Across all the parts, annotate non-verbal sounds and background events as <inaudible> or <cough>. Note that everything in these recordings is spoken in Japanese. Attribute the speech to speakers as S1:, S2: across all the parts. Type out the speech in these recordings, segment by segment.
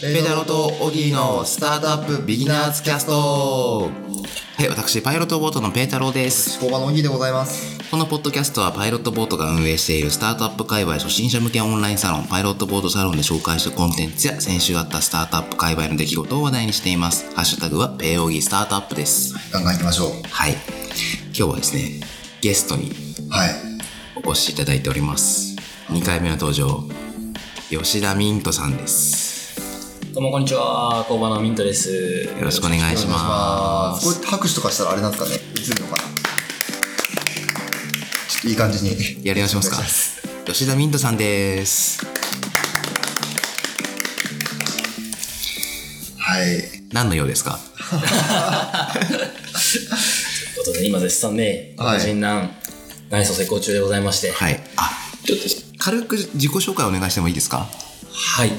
S1: ペダロとオギーのスタートアップビギナーズキャストはい、私、パイロットボートのペータローです。
S2: 工場のオギーでございます。
S1: このポッドキャストはパイロットボートが運営しているスタートアップ界隈初心者向けオンラインサロン、パイロットボートサロンで紹介したコンテンツや先週あったスタートアップ界隈の出来事を話題にしています。ハッシュタグはペーオギースタートアップです。
S2: ガンガン行きましょう。
S1: はい。今日はですね、ゲストに
S2: はい。
S1: お越しいただいております。2回目の登場、吉田ミントさんです。
S3: どうもこんにちは、工場のミントです。よ
S1: よろしくお願いしま
S2: あ
S1: す。
S2: これ拍手とかしたらあれなんですかね映るのかなちょっといい感じに。
S1: やり直しますか。吉田ミントさんです。
S2: はい。
S1: 何の用ですか
S3: ということで、今絶賛ね、
S2: はい
S3: 人南、内装施工中でございまして、
S1: はい。あ、
S3: ちょっと、
S1: 軽く自己紹介お願いしてもいいですか
S3: はい。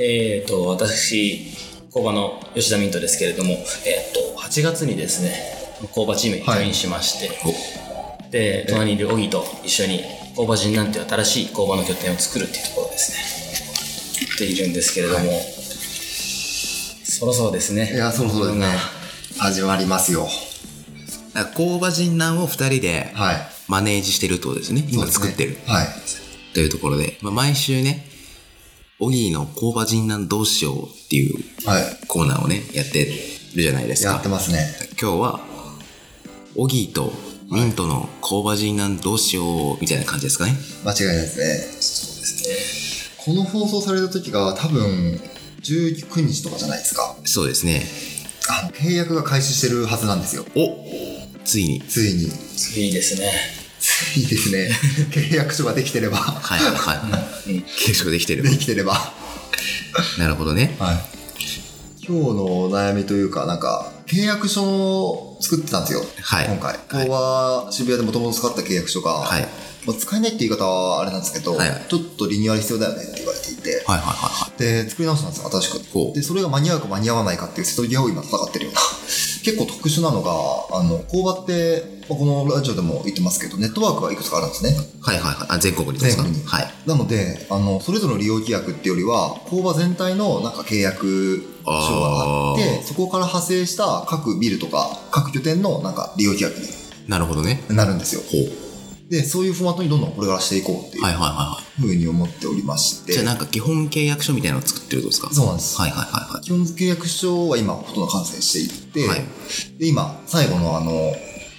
S3: えっ、と、私、工場の吉田ミントですけれども、えっ、と、8月にですね、工場チームにジョインしまして、で、隣にいるオギと一緒に工場人南という新しい工場の拠点を作るっていうところですね、やっているんですけれども、そろそろですね。
S2: いや、そろそろですね
S3: うん。
S2: 始まりますよ。
S1: あ工場人南を二人で
S2: はい。
S1: マネージしてるってことですね。今作ってる。
S2: はい。
S1: というところで、まあ、毎週ね、オギーの工場人南どうしようっていう
S2: はい。
S1: コーナーをね、やってるじゃないです
S2: や
S1: か
S2: って。ますね。
S1: 今日は、オギーとミントの工場人南どうしようみたいな感じですかね。
S2: 間違いないですね。そうですね。この放送された時が多分、19日とかじゃないですか。
S1: そうですね。
S2: あの、契約が開始してるはずなんですよ。
S1: おついに。
S2: ついに。
S3: いいですね。
S2: いいです
S1: <laughs>
S2: ね。契約書ができてれば。
S1: はいはい <laughs> はい。結束できてる
S2: で。きてれば。
S1: なるほどね。
S2: はい。今日のお悩みというか、なんか、契約書を作ってたんですよ。
S1: はい
S2: 今回。
S1: い
S2: 今日は渋谷でもともと使った契約書が、
S1: はい
S2: まあ使えないって言い方はあれなんですけど、
S1: はいはい
S2: ちょっとリニューアル必要だよねって言われていて、
S1: はいはいはいはい。
S2: で、作り直したんですよ、新し
S1: ほう
S2: く。で、それが間に合うか間に合わないかっていう瀬戸際を今戦ってるような。結構特殊なのが、あの、工場って、まあこのラジオでも言ってますけど、ネットワークがいくつかあるんですね。
S1: はいはいはい。あ、全国にですか
S2: 全国に
S1: はい。
S2: なので、あの、それぞれの利用規約っていうよりは、工場全体のなんか契約書があって、そこから派生した各ビルとか、各拠点のなんか利用規約
S1: なるほどね。
S2: になるんですよ。
S1: ほう。
S2: で、そういうフォーマットにどんどんこれからしていこうってい
S1: はいうはいはいは
S2: ふうに思っておりまし
S1: い。
S2: て。
S1: じゃあなんか基本契約書みたいなのを作ってるってことですか
S2: そうなんです。
S1: はいはいはいはい。
S2: 基本契約書は今ほとんど完成していって、
S1: はい
S2: で、今、最後のあの、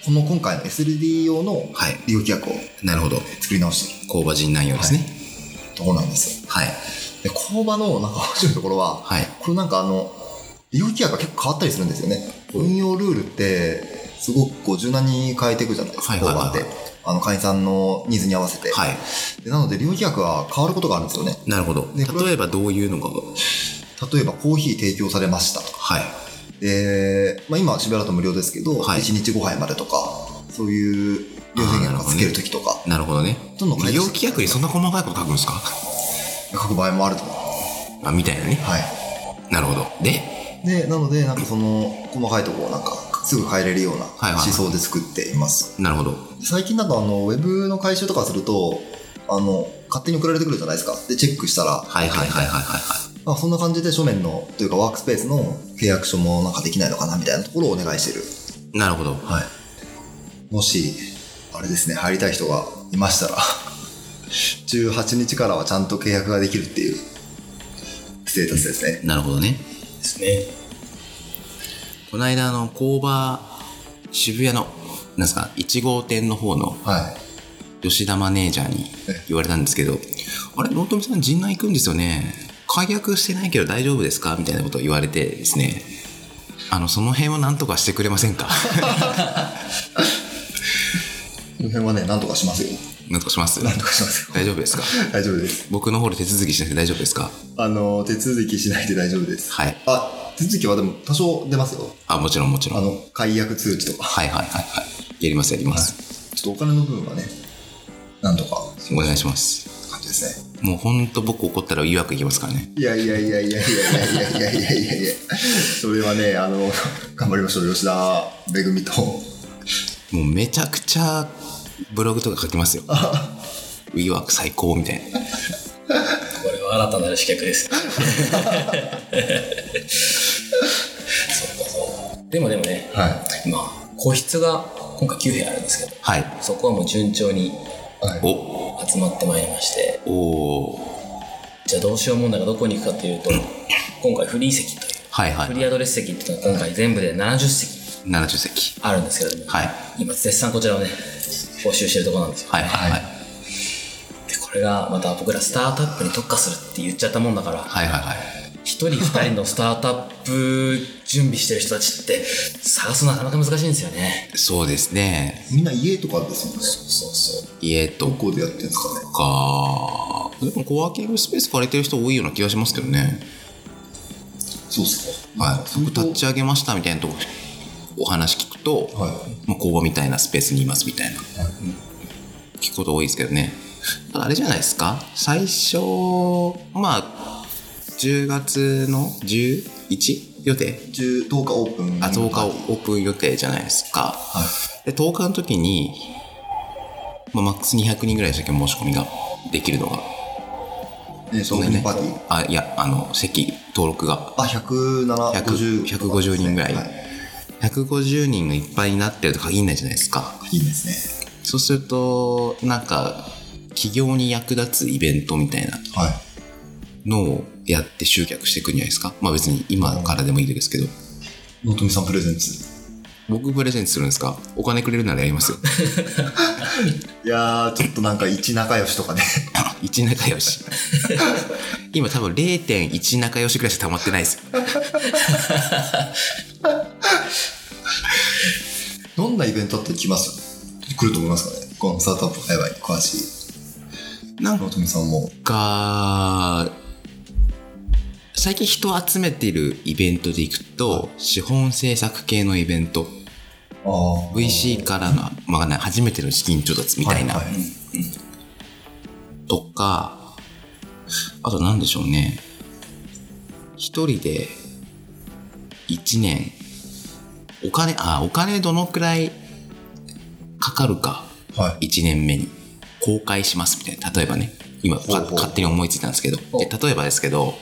S2: この今回の SLD 用の
S1: はい
S2: 利用規約を
S1: なるほど。
S2: 作り直してい
S1: 工場人内容ですね。
S2: るところなんですよ。
S1: はい。
S2: で工場のなんか面白いところは、
S1: はい
S2: これなんかあの利用規約が結構変わったりするんですよね
S1: うん
S2: 運用ルールってすごくこう柔軟に変えていくじゃないですか、
S1: はいはいはいはい
S2: 工場ってあの会員さんのニーズに合わせて、
S1: はい。
S2: でなので利用規約は変わることがあるんですよね
S1: なるほど。
S2: でこれ
S1: 例えばどういうのが
S2: 例えばコーヒー提供されましたとか
S1: はい。
S2: で、まあ、今渋谷だと無料ですけど、
S1: はい
S2: 1日5杯までとかそういう利用制限がつけるときとか、
S1: なるほどね。
S2: どんどん解
S1: 利用
S2: 決して
S1: 規約にそんな細かいこと書くんですか
S2: 書く場合もあると思う
S1: あ、みたいなね。
S2: はい
S1: なるほど。で、
S2: でなのでなんかその細かいところをなんかすぐ変えれるようない
S1: はい
S2: 思想で作っています、
S1: なるほど。
S2: 最近なんかあのウェブの回収とかするとあの勝手に送られてくるじゃないですかでチェックしたら、
S1: はいはいはいはいはいはい。
S2: まあ、そんな感じで書面のというかワークスペースの契約書もなんかできないのかなみたいなところをお願いしてる、
S1: なるほど。
S2: はい、もしあれですね入りたい人がいましたら <laughs> 18日からはちゃんと契約ができるっていうステータスですね
S1: なるほどね。
S3: ですね。
S1: この間、あの、工場、渋谷の、なんですか、1号店の方の
S2: はい
S1: 吉田マネージャーに言われたんですけど、あれ、納富さん、陣内行くんですよね。解約してないけど大丈夫ですかみたいなことを言われてですね、あの、その辺をなんとかしてくれませ
S2: <laughs>
S1: んか
S2: この辺はねなんとかしますよ
S1: なんとかします
S2: なんとかしますよ <laughs>
S1: 大丈夫ですか
S2: 大丈夫です
S1: 僕の方で手続きしなくて大丈夫ですか
S2: あの手続きしないで大丈夫です
S1: はい
S2: あ手続きはでも多少出ますよ
S1: あ、もちろんもちろん。
S2: あ
S1: はい
S2: の解約通知とか
S1: はいはいはい。やりますやります。
S2: ちょっとお金の部分はねなんとか
S1: お願いします。
S2: 感じですね
S1: もうほんと僕怒ったら誘惑いきますからね。
S2: いやいやいやいやいやいやいやいやいやいやそれはねあの頑張りましょう吉田めぐみと
S1: もうめちゃくちゃブログとか書きますよ。WeWork 最高みたいな。
S3: これはは新たなる刺客ですそうかそうでもでもね、
S2: は
S3: まあ個室が今回9部屋あるんですけど
S1: はい。
S3: そこはもう順調に
S2: はい。
S1: お、
S3: 集まってまいりまして
S1: おー
S3: じゃあどうしよう問題がどこに行くかというと今回フリー席という
S1: はいは
S3: フ
S1: い。
S3: リーアドレス席っていうのは今回全部で70席
S1: 70席。
S3: あるんですけれども、
S1: はい
S3: 今絶賛こちらをね募集してるところなんですよ
S1: はいはいはい。
S3: でこれがまた僕らスタートアップに特化するって言っちゃったもんだから
S1: はいはいはい。
S3: 一人二人のスタートアップ準備してる人たちって探すのなかなか難しいんですよね
S1: そうですね。
S2: みんな家とかですもんね。
S3: そうそう
S1: 家と
S2: どこでやってるんですかね。
S1: か、でもコワーキングスペース借りてる人多いような気がしますけどね。
S2: そうっすか。
S1: はい。僕立ち上げましたみたいなとこ、お話聞くと、
S2: はい。
S1: まあ、工場みたいなスペースにいますみたいな、聞くこと多いですけどねただあれじゃないですか最初まあ10月の11予定
S2: 10日オープン。
S1: あ10日オープン予定じゃないですか、で10日の時に、まあ、マックス200人ぐらいでしたっけ申し込みができるのが
S2: ね、その辺ね。パーティー。
S1: あいやあの席登録が
S2: あ、150
S1: 100 150人ぐらい、
S2: はい。
S1: 150人がいっぱいになってると限らないじゃないですか
S2: いいですね。
S1: そうすると、なんか、企業に役立つイベントみたいな
S2: はい。
S1: のをやって集客していくんじゃないですか。まあ別に今からでもいいですけど。
S2: 納富さんプレゼンツ。
S1: 僕プレゼントするんですかお金くれるならやりますよ。
S2: いやー、ちょっとなんか一仲良しとかね。
S1: <laughs> 1仲良し。今多分0.1仲良しくらいしか溜まってないですよ。
S2: どんなイベントって来ます来ると思いますかねこのスタートアップ界隈に詳しい。
S1: なん
S2: 納富さんも。
S1: か、最近人を集めているイベントでいくと、資本政策系のイベント、
S2: あ
S1: VC からの、まあね、初めての資金調達みたいな
S2: は。いはい
S1: とか、あと何でしょうね。一人で一年、お金、あ、お金どのくらいかかるか、
S2: はい。
S1: 一年目に公開しますみたいな。例えばね、今か
S2: ほうほう
S1: 勝手に思いついたんですけど、
S3: ほう
S1: で例えばですけど、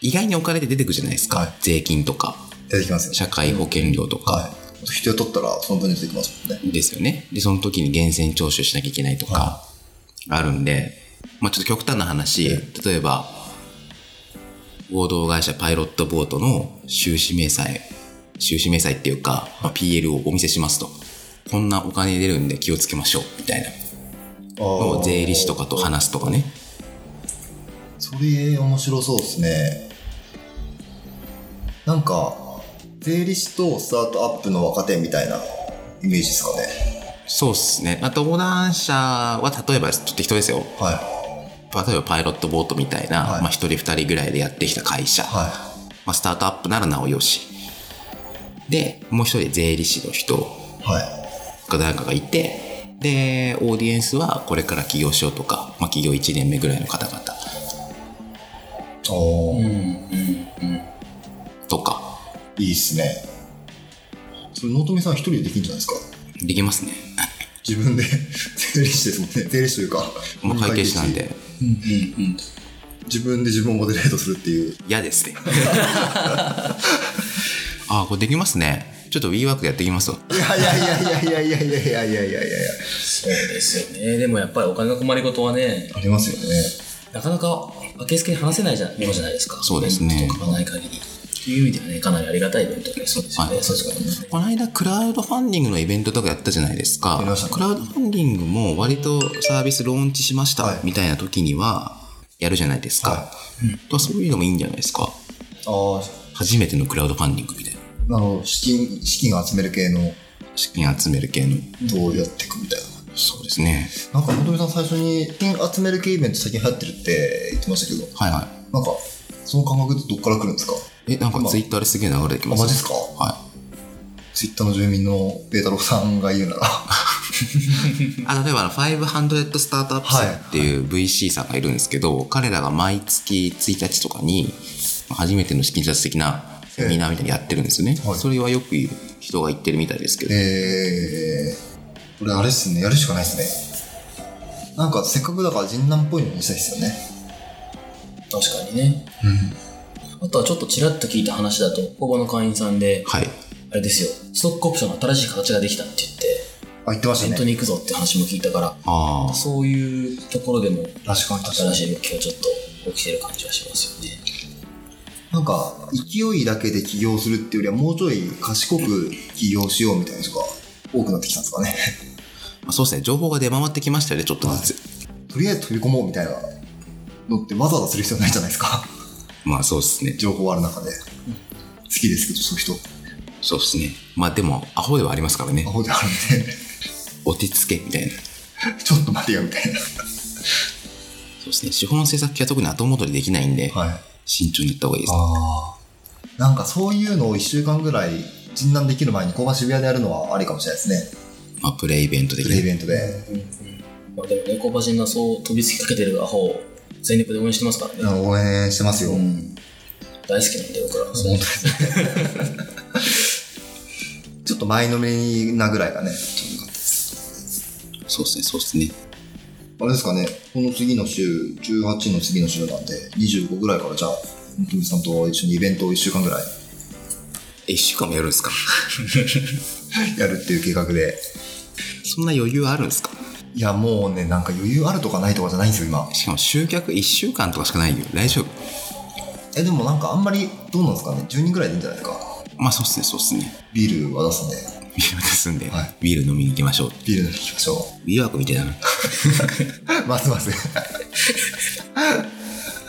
S1: 意外にお金って出てくるじゃないですか。
S2: はい
S1: 税金とか、
S2: 出てきますよ。
S1: 社会保険料とか。
S2: はい。人取ったらその分出てきますもんね。
S1: ですよね。で、その時に源泉徴収しなきゃいけないとか、あるんで、まあちょっと極端な話、例えば、合同会社パイロットボートの収支明細、収支明細っていうか、まあ PL をお見せしますと。こんなお金出るんで気をつけましょう、みたいな。
S2: あ
S1: のを
S2: ー
S1: 税理士とかと話すとかね。
S2: それ面白そうですねなんか税理士とスタートアップの若手みたいなイメージですかね
S1: そうっすね。あと、横断者は例えば、ちょっと人ですよ。
S2: はい
S1: 例えばパイロットボートみたいな、
S2: はい
S1: まあ一人二人ぐらいでやってきた会社。
S2: は
S1: まあ、スタートアップならなおよし。で、もう一人税理士の人
S2: いはい
S1: が誰かがいて、で、オーディエンスはこれから起業しようとか、まあ、起業1年目ぐらいの方々
S2: おー
S1: とか、
S2: いいっすねそれ納富さん一人でできるんじゃないですか
S1: できますね。
S2: 自分で <laughs> 税理士ですもんね税理士というか、
S1: まあ、会計士なんで、
S2: 自分で自分をモデレートするっていう <laughs>
S1: 嫌ですね。ああ、これできますね。ちょっと WeWork でやっていきますわ。
S2: いやいやいやいやいやいやいやいやいやいやいや
S3: そうですよねでもやっぱりお金の困りごとはね
S2: ありますよね
S3: なかなか明けすけに話せないじゃものじゃないですか
S1: そうですね
S3: イベントとかがない限りという意味ではねかなりありがたいイベントでそうですよね、
S1: はい
S3: そうですよね
S1: この間クラウドファンディングのイベントとかやったじゃないですか、
S2: やりましたね
S1: クラウドファンディングも割とサービスローンチしまし
S2: はい
S1: たみたいな時にはやるじゃないですか、
S2: は
S1: うんそういうのもいいんじゃないですか
S2: ああ
S1: 初めてのクラウドファンディングみたいな
S2: なるほど資金資金を集める系の
S1: 資金集める系の
S2: どうやっていくみたいな、
S1: そうですね
S2: なんか本富さん最初に資金集める系イベント最近流行ってるって言ってましたけど
S1: はいは
S2: なんかその感覚ってどっから来るんですか
S1: いえなんかツイッターですげえ流れてきます
S2: あマジっすか
S1: は
S2: ツイッターの住民のペータローさんが言うなら
S1: い、あ例えばあの500スタートアップ
S2: はい
S1: っていう VC さんがいるんですけど、彼らが毎月1日とかに初めての資金調達的なセミナーみたいにやってるんですよね、
S2: はい
S1: それはよく人が言ってるみたいですけど、
S2: えー、これあれっすねやるしかないっすねなんかせっかくだから人南っぽいのにしたいっすよね
S3: 確かにね。あとはちょっとちらっと聞いた話だと、工場の会員さんで、
S1: はい。
S3: あれですよ、ストックオプションの新しい形ができたって言って、
S2: あ、言ってま
S3: 本
S2: した
S3: 当
S2: ね。
S3: に行くぞって話も聞いたから、
S1: ああ。
S3: そういうところでも
S2: 確かに確か
S3: 新
S2: に。
S3: しい動きがちょっと起きてる感じはしますよね。
S2: なんか、勢いだけで起業するっていうよりは、もうちょい賢く起業しようみたいな人が多くなってきたんですかね。 <laughs>
S1: まあそうですね。情報が出回ってきましたよね、ちょっとずつ。
S2: とりあえず飛び込もうみたいなのってわざわざする必要ないじゃないですか。
S1: まあそうですね。
S2: 情報ある中で。好きですけど、そういう人。
S1: そうですね。まあでも、アホではありますからね
S2: ア。ホであるんで。 <laughs>
S1: お手つけみたいな。
S2: ちょっと待てよみたいな。
S1: そうですね。資本政策系は特に後戻りできないんで、
S2: はい。
S1: 慎重にやった方がいいです。
S2: ああ。なんかそういうのを1週間ぐらい、診断できる前に、ここが渋谷でやるのはありかもしれないですね。
S1: まあプレイイベントで
S2: プレイイ
S1: ね。
S2: ベントで。
S3: まあでもね、工場人がそう飛びつきかけてるアホを全力で応援してますからね。
S2: 応援してますよ。
S3: うん大好きなんで僕らは
S2: 本当ですね。ちょっと前のめなぐらいがね、ちょっと良かったです
S1: そうですね、そうですね。
S2: あれですかね、この次の週、18の次の週なんで、25ぐらいからじゃあ、本当にさんと一緒にイベントを1週間ぐらい
S1: え、一週間もやるんですか <laughs>
S2: やるっていう計画で、
S1: そんな余裕あるんですか
S2: いや、もうね、なんか余裕あるとかないとかじゃないんですよ、今。
S1: しかも集客一週間とかしかないよ。大丈夫
S2: え、でもなんかあんまり、どうなんですかね、10人ぐらいでいいんじゃないですか。
S1: まあそうですね、そうですね。
S2: ビールは出すんで、
S1: ビール出すんで、
S2: はい
S1: ビール飲みに行きましょう。
S2: ビール飲みに行きましょ
S1: ビワークみたいだな。
S2: う。 <laughs> ますます。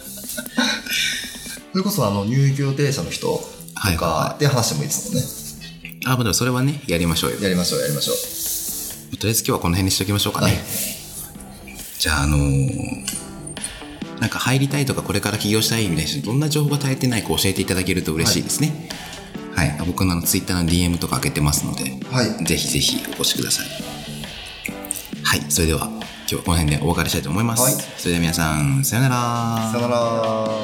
S2: それこそ、あの、入居停車の人
S1: はい
S2: とかで話してもいいですもんね。
S1: あ、まあでもそれはね、やりましょうよ。と
S2: やりましょう、やりましょう。
S1: りあえず今日はこの辺にしておきましょうかね。
S2: はい
S1: じゃあ、あのーなんか入りたいとかこれから起業したいみたいな人どんな情報が足りてないか教えていただけると嬉しいですね。はい、僕のあのツイッターの DM とか開けてますので、
S2: はい
S1: ぜひぜひお越しください。はい、それでは今日はこの辺でお別れしたいと思います。
S2: はい
S1: それでは皆さん、さよなら。
S2: さよなら。